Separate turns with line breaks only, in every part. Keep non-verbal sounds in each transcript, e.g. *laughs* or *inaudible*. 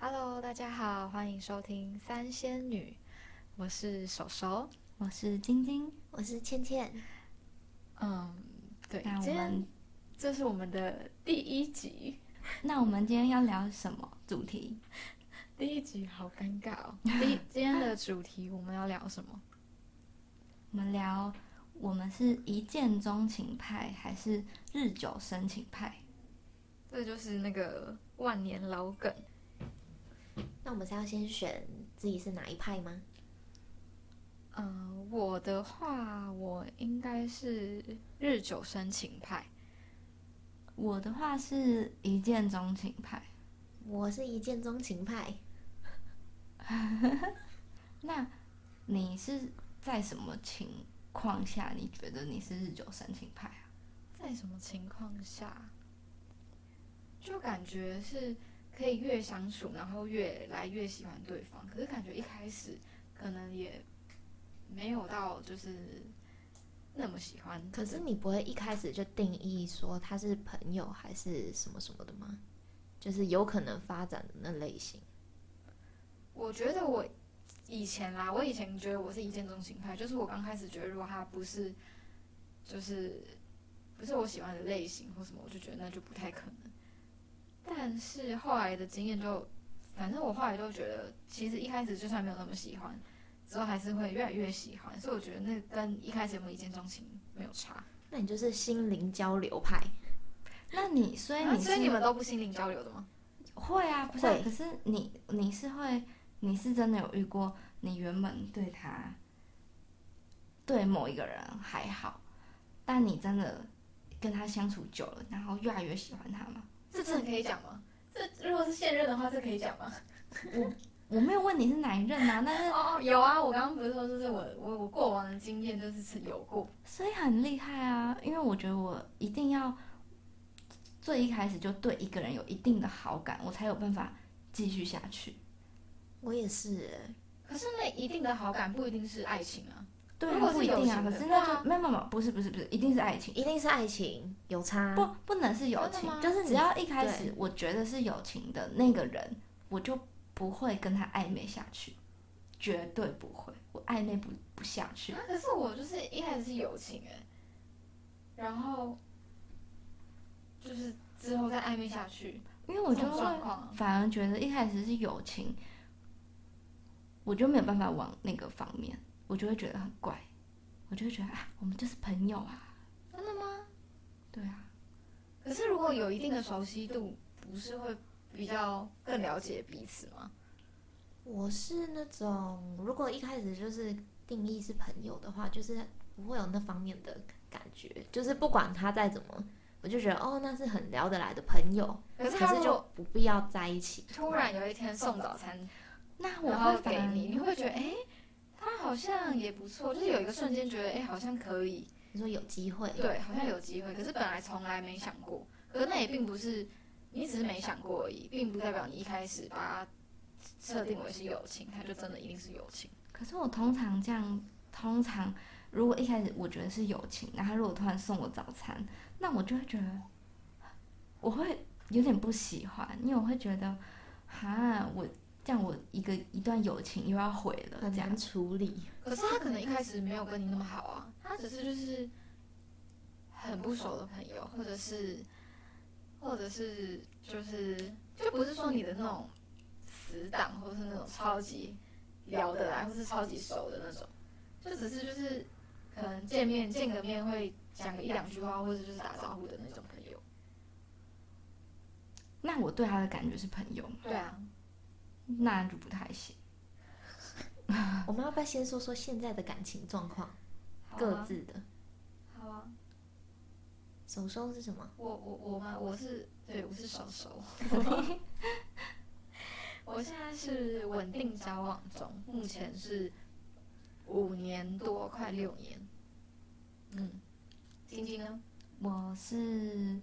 Hello，大家好，欢迎收听《三仙女》，我是手手。
我是晶晶，
我是倩倩，
嗯，对，
那我
今天
们
这是我们的第一集，
那我们今天要聊什么主题？
第一集好尴尬
*laughs*
哦。第一今天的主题我们要聊什么？
我们聊我们是一见钟情派还是日久生情派？
这就是那个万年老梗。
那我们是要先选自己是哪一派吗？
嗯，我的话，我应该是日久生情派。
我的话是一见钟情派。
我是一见钟情派，
那你是在什么情况下你觉得你是日久生情派啊？
在什么情况下，就感觉是可以越相处，然后越来越喜欢对方。可是感觉一开始可能也没有到就是那么喜欢。
可是你不会一开始就定义说他是朋友还是什么什么的吗？就是有可能发展的那类型。
我觉得我以前啦，我以前觉得我是一见钟情派，就是我刚开始觉得如果他不是就是不是我喜欢的类型或什么，我就觉得那就不太可能。但是后来的经验就，反正我后来就觉得，其实一开始就算没有那么喜欢，之后还是会越来越喜欢，所以我觉得那跟一开始有没有一见钟情没有差。
那你就是心灵交流派，
那你所以
啊
你是、
所以你们都不心灵交流的吗？
会啊，不是啊、
会
可是你你是会，你是真的有遇过，你原本对他，对某一个人还好，但你真的跟他相处久了，然后越来越喜欢他吗？
这真的可以讲吗？这如果是现任的话，这可以讲吗？
我没有问你是哪一任
*laughs*
啊，但是
哦，哦，有啊，我刚刚不是说，就是我我我过往的经验就是有过，
所以很厉害啊，因为我觉得我一定要最一开始就对一个人有一定的好感，我才有办法继续下去。
我也是欸。
可是那一定的好感不一定是爱情啊。
对
如果
啊，
是
不一
友
定啊，
情
可
的
是
话
那就没有没有没有，不是不是不是，一定是爱情。
一定是爱情有差，
不，不能是友
真的吗
情，就是只要一开
对
始我觉得是友情的那个人，我就不会跟他暧昧下去，绝对不会，我暧昧不不下去
啊。，可是我就是一开始是友情哎、然后就是之后再暧昧下去，
因为我
这
就
种状
会
况啊。
反而觉得一开始是友情，我就没有办法往那个方面，我就会觉得很怪，我就会觉得啊，我们就是朋友啊，
真的吗？
对啊，
可是如果有一定的熟悉度，不是会比较更了解彼此吗？
我是那种如果一开始就是定义是朋友的话，就是不会有那方面的感觉，就是不管他再怎么，我就觉得哦，那是很聊得来的朋友，
可是他
可是
如
就
果
不必要在一起。
突然有一天送早餐
那我
然后
会
给
反而
你，你会觉得哎、诶他好像也不错，就是有一个瞬间觉得哎、诶好像可以，
你说有机会，
对，好像有机会，可是本来从来没想过，可是那也并不是你只是没想过而已，并不代表你一开始把它设定为是友情，它就真的一定是友情。
可是我通常这样，通常如果一开始我觉得是友情，然后如果突然送我早餐，那我就会觉得我会有点不喜欢，因为我会觉得，哈，我这样我一个一段友情又要毁了，
很
这样
难处理。
可是他可能一开始没有跟你那么好啊，他只是就是很不熟的朋友，或者是或者是就是就不是说你的那种死党，或是那种超级聊得来，或是超级熟的那种，就只是就是可能见面见个面会讲个一两句话，或者就是打招呼的那种朋友。
那我对他的感觉是朋友嘛，
对啊，
那就不太行。
我们要不要先说说现在的感情状况？
啊
各自的，
好啊，
手收是什么？
我我我吗？我是对，我是手 *laughs* 熟。我现在是稳定交往中，目前是五年多，快六年。嗯，晶晶呢？
我是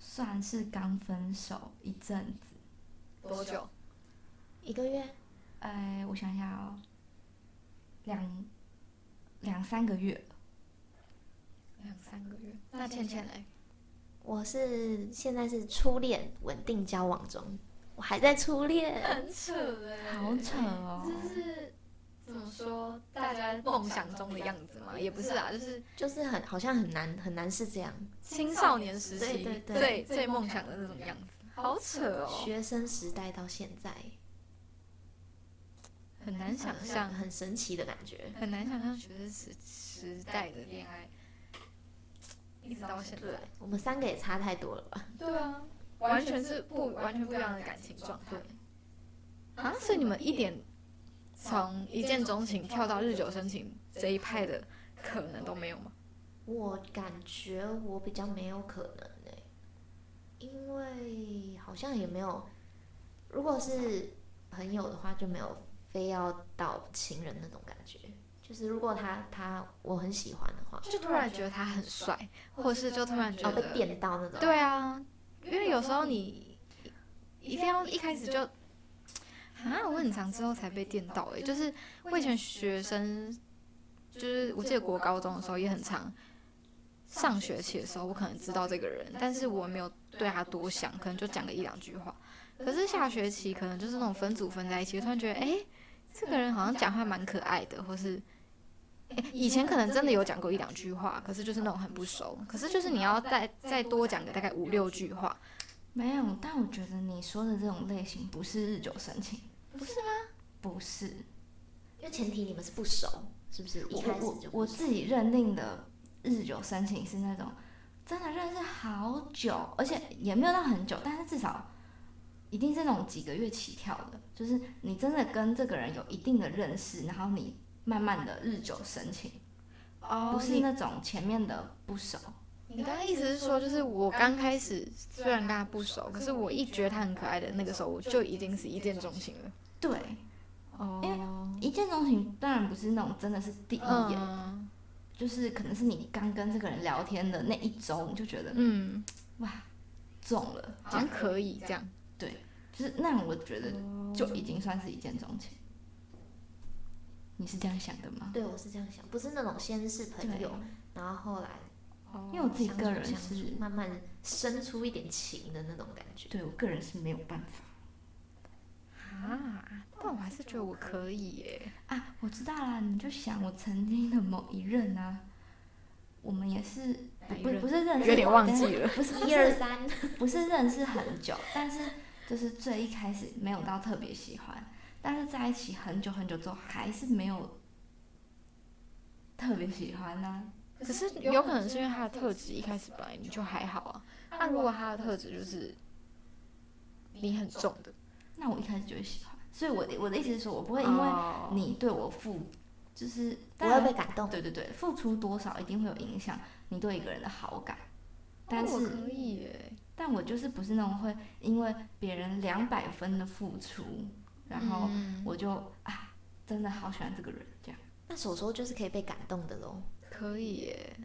算是刚分手一阵子，
多久？
一个月？
哎，我想想哦，两两三个月
两三个月。那倩倩嘞？
我是现在是初恋，稳定交往中。我还在初恋。 *laughs*
很扯哎、
好扯哦！
就是怎么说，大家梦想中的样子嘛，也不是啊，就是
就是很好像很难很难是这样，
青少年时期
对对对
最最梦想的那种样子，好扯哦，
学生时代到现在，呃
很难想象，
很神奇的感觉。
很难想象学生时时代的恋爱，一直到现在，
我们三个也差太多了吧？
对啊，完全是不完全不一样的感情状态啊！所以你们一点从一见钟情跳到日久生情这一派的可能都没有吗？
我感觉我比较没有可能诶、因为好像也没有，如果是朋友的话，就没有非要到情人那种感觉。就是如果他他我很喜欢的话，
就突然觉得他很帅，或是就突然觉
哦
得
被电到那种，
对啊，因为有时候你一定要一开始就啊，我很长之后才被电到诶、就是我以前学生，就是我记得国高中的时候也很长，上学期的时候我可能知道这个人，但是我没有对他多想，可能就讲个一两句话。可是下学期可能就是那种分组分在一起，突然觉得哎、诶这个人好像讲话蛮可爱的，或是。诶哎以前可能真的有讲过一两句话，可是就是那种很不熟。可是就是你要再再多讲个大概五六句话，
没有，但我觉得你说的这种类型不是日久生情，
不是
吗？不是，
因为前提你们是不熟，是不是？一
我
开始
我
就不
我
熟
自己认定的日久生情是那种真的认识好久，而且也没有到很久，但是至少一定是那种几个月起跳的，就是你真的跟这个人有一定的认识，然后你慢慢的日久生情，
哦
不
不
是
是。
那种前面的不熟。
你刚刚意思是说，就是我刚开始虽然跟他不熟，可是我一觉得他很可爱的那个时候，我就已经是一见钟情了。
对，
哦，
一见钟情当然不是那种真的是第一眼，
嗯
就是可能是你刚跟这个人聊天的那一周，你就觉得
嗯，
哇中了，这
好像
样
可以这样。
就是那样我觉得就已经算是一见钟情。你是这样想的吗？
对我是这样想，不是那种先是朋友，然后后来
哦
因为我自己个人
相处
是，
慢慢生出一点情的那种感觉。
对我个人是没有办法
啊，但我还是觉得我可以耶。
啊。我知道啦，你就想我曾经的某一任啊，我们也是
哪
不
一
不
任
不是认识，
有点忘记
但
了
是，不是不
一二
是
三，
不是认识很久，但是就是最一开始没有到特别喜欢，但是在一起很久很久之后还是没有特别喜欢啊呢、
可是有可能是因为他的特质一开始本来你就还好啊。那如果他的特质就是你很重的，
那我一开始就会喜欢，所以我的我的意思是说，我不会因为
哦
你对我付，就是
我
当
会
然哦
被感动。
对对对，付出多少一定会有影响你对一个人的好感。但
哦我
是，
可以耶，
但我就是不是那种会因为别人两百分的付出，然后
嗯
我就、啊，真的好喜欢这个人这样。
那手手就是可以被感动的喽。
可以耶。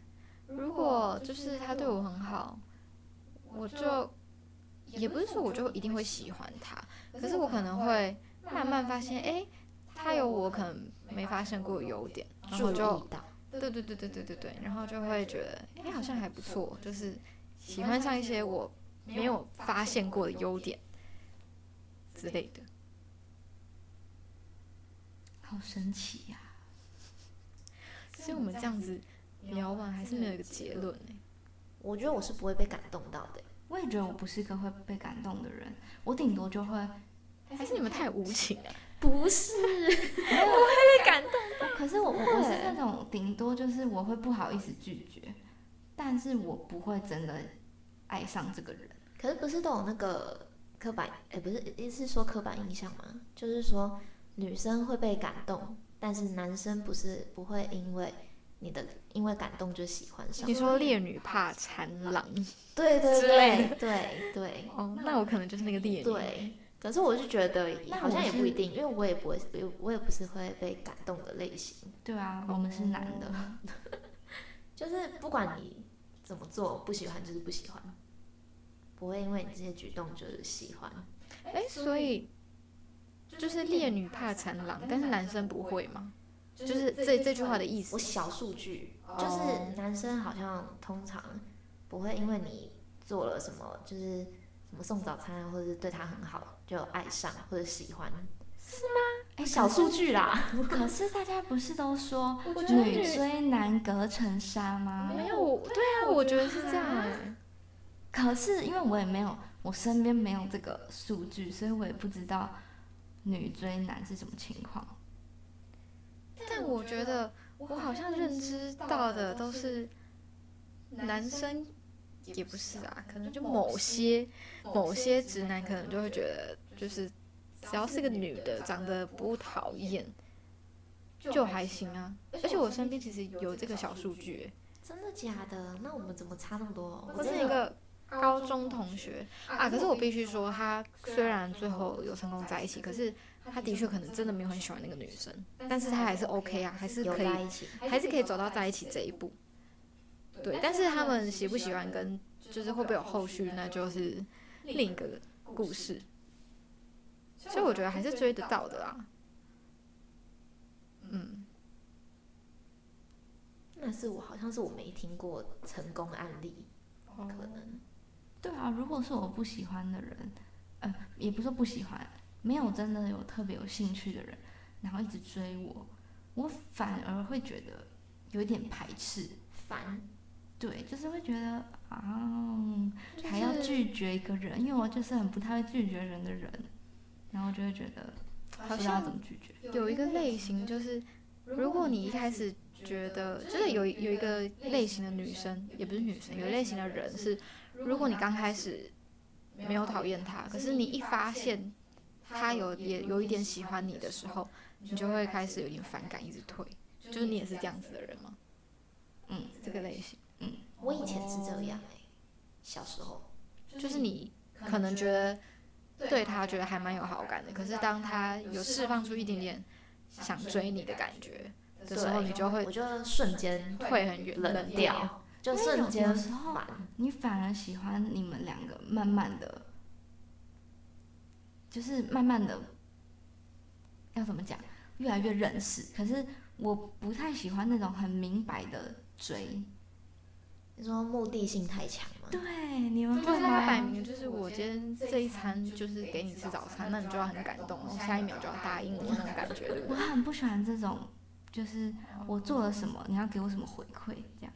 如果就是他对我很好，我就也不是说我就一定会喜欢他，可是我可能会慢慢发现，哎，他有我可能没发现过的优点，然后
注
就
意到，
对对对对对对对，然后就会觉得，哎，好像还不错，就是喜欢上一些我没有发现过的优点之类的。
好神奇呀、
所以我们这样子聊完还是没有一个结论欸呢。
我觉得我是不会被感动到的。
我也觉得我不是一个会被感动的人，我顶多就会，
还是你们太无情了。
不是，
可是我我我是那种顶多就是我会不好意思拒绝，但是我不会真的爱上这个人。
可是不是都有那个刻板？哎，不是，一是说刻板印象吗？就是说女生会被感动，但是男生不是不会因为你的因为感动就喜欢上。
你说烈女怕缠郎
对对
之类
对对对
哦，那我可能就是那个烈女。
对。可是我就觉得
那
好像
我
也
是
不一定，因为我也不会，我也不是会被感动的类型。
对啊，我们是男的，
就是不管你怎么做，不喜欢就是不喜欢，不会因为你这些举动就是喜欢。
哎，所以就是烈女怕缠郎，但是男生不会吗？就是这这句话的意思
我。小数据
哦
就是男生好像通常不会因为你做了什么，就是什么送早餐啊，或者是对他很好，就爱上或者喜欢，
哎，
小数据啦，
可是大家不是都说
我觉得
女
女
追男隔层纱吗？
没有，我对啊，我觉得是这样哎、
可是因为我也没有，我身边没有这个数据，所以我也不知道女追男是什么情况。
但我觉得我好像认知到的都是男生，也不是啊，可能就某些某些直男可能就会觉得，就是只要是个女的长得不讨厌就还行啊。而且我身边其实有这个小数据、
真的假的？那我们怎么差那么多？
我
我
是
真
一
的有
个高中同学啊，可是我必须说，他虽然最后有成功在一起，可是他的确可能真的没有很喜欢那个女生，但是他还是 OK 啊，还是
有
可以
在一起，
还是可以走到在一起这一步。对，但是他们喜不喜欢跟就是会不会有后续，那就是另一个故事。所以我觉得还是追得到的啊啦。嗯，
那是我好像是我没听过成功案例，
哦
可能
对啊，如果是我不喜欢的人，呃，也不是说不喜欢，没有真的有特别有兴趣的人，然后一直追我，我反而会觉得有一点排斥。
烦。
对，就是会觉得啊，
就是
还要拒绝一个人，因为我就是很不太会拒绝人的人，然后就会觉得不
好
知道怎
像
么拒绝。
有一个类型就是，如果你一开始觉得就是有有一个类型的女生，也不是女生，有一类型的人是，如果你刚开始没有讨厌他，可是你一发现他有也有一点喜欢你的时候，你就会开始有点反感，一直退。就是你也是这样子的人吗？
嗯，
这个类型，
我以前是这
哦
样哎、小时候
就是你可能觉得对他觉得还蛮有好感的，可是当他有释放出一点点想追你的感觉的时候，
对
你就会
我就瞬间
退很远，
冷掉，就
因为
瞬
有
间
有时候
烦。
你反而喜欢你们两个慢慢的，就是慢慢的，要怎么讲，越来越认识。可是我不太喜欢那种很明白的追。
你说目的性太强吗？
对，你们
就
不
是他摆
来，
明就是我今天这一餐就是给你吃早餐，那你就要很感动，下一秒就要答应我那种感觉，对不
我
对？
很不喜欢这种，就是我做了什么，你要给我什么回馈，这样，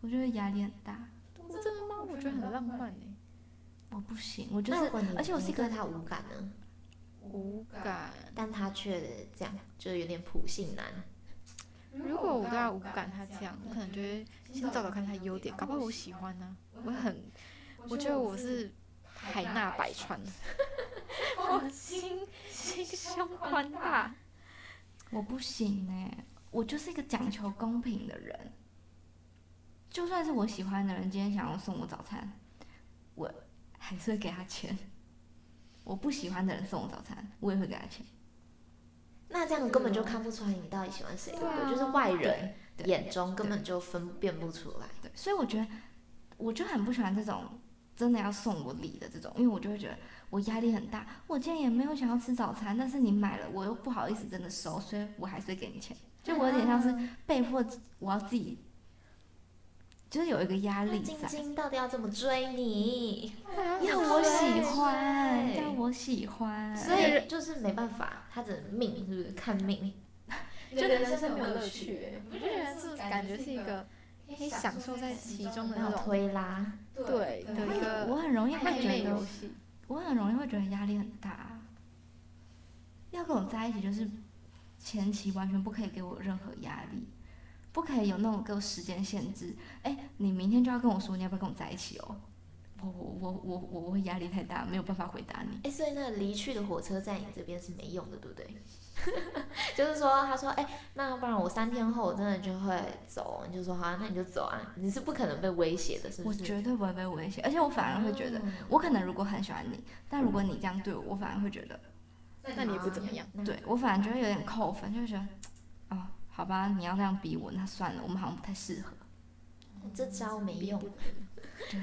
我觉得压力很大。
*laughs* 真的吗？我觉得很浪漫欸诶、
我不行，我就
那如
是
果你
而且我是
你
一个
对他无感呢，
无感。
但他却这样，就有点普信男。
如果我对他无感，他这样，我可能就会先找找看他优点，搞不好我喜欢呢、我很，我觉得我是海纳百川，我心 *laughs* 心胸宽大。
我不行哎、我就是一个讲求公平的人。就算是我喜欢的人今天想要送我早餐，我还是会给他钱。我不喜欢的人送我早餐，我也会给他钱。
那这样根本就看不出来你到底喜欢谁，对不对？就是外人
对啊对
眼中根本就分辨不出来。
对，所以我觉得我就很不喜欢这种真的要送我礼的这种，因为我就会觉得我压力很大。我今天也没有想要吃早餐，但是你买了，我又不好意思真的收，所以我还是会给你钱。就我有点像
啊
是被迫，我要自己，就是有一个压
那
力
晶
在。
晶到底要怎么追你？
要我喜
对
欢，要我喜欢，
所以就是没办法，他只能命，是不是？看命。
就人生没有乐趣欸，我就觉得这感觉是一个可以享受在其
嗯
中的
没有
那种
推拉，
对的一个
我很容易会
暧昧
觉
游
得，
戏。
我很容易会觉得压力很大。啊要跟我在一起，就是前期完全不可以给我任何压力，不可以有那种给我时间限制。哎，你明天就要跟我说你要不要跟我在一起哦。我我我我我我会压力太大，没有办法回答你。
哎、所以那个离去的火车站你这边是没用的，对不对？ *laughs* 就是说，他说，哎、那不然我三天后我真的就会走，你就说好、啊，那你就走啊，你是不可能被威胁的，是不
我
是？嗯
绝对不会被威胁，而且我反而会觉得，我可能如果很喜欢你，但如果你这样对我，我反而会觉得
那你不怎么样？
那
对我反而觉得有点扣分，就会觉得，哦，好吧，你要那样逼我，那算了，我们好像不太适合。 *laughs*
这招没用，
对，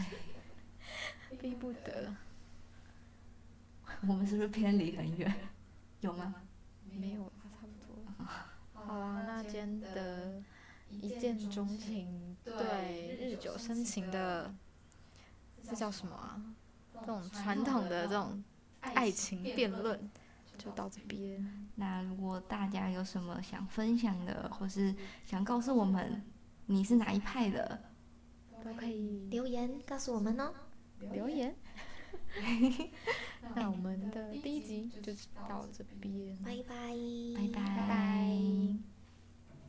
*laughs* 逼不得，
我们是不是偏离很远？有吗？
没有啦，差不多了。好啦，那今天的一见钟情对日久生情的，这叫什么啊？这种传统的这种爱
爱
情辩
情辩
论
论就到这边。
那如果大家有什么想分享的，或是想告诉我们你是哪一派的，
都可以
留言告诉我们哦。
留言。那我们的第一集就到这边，
拜拜，
拜拜。
拜拜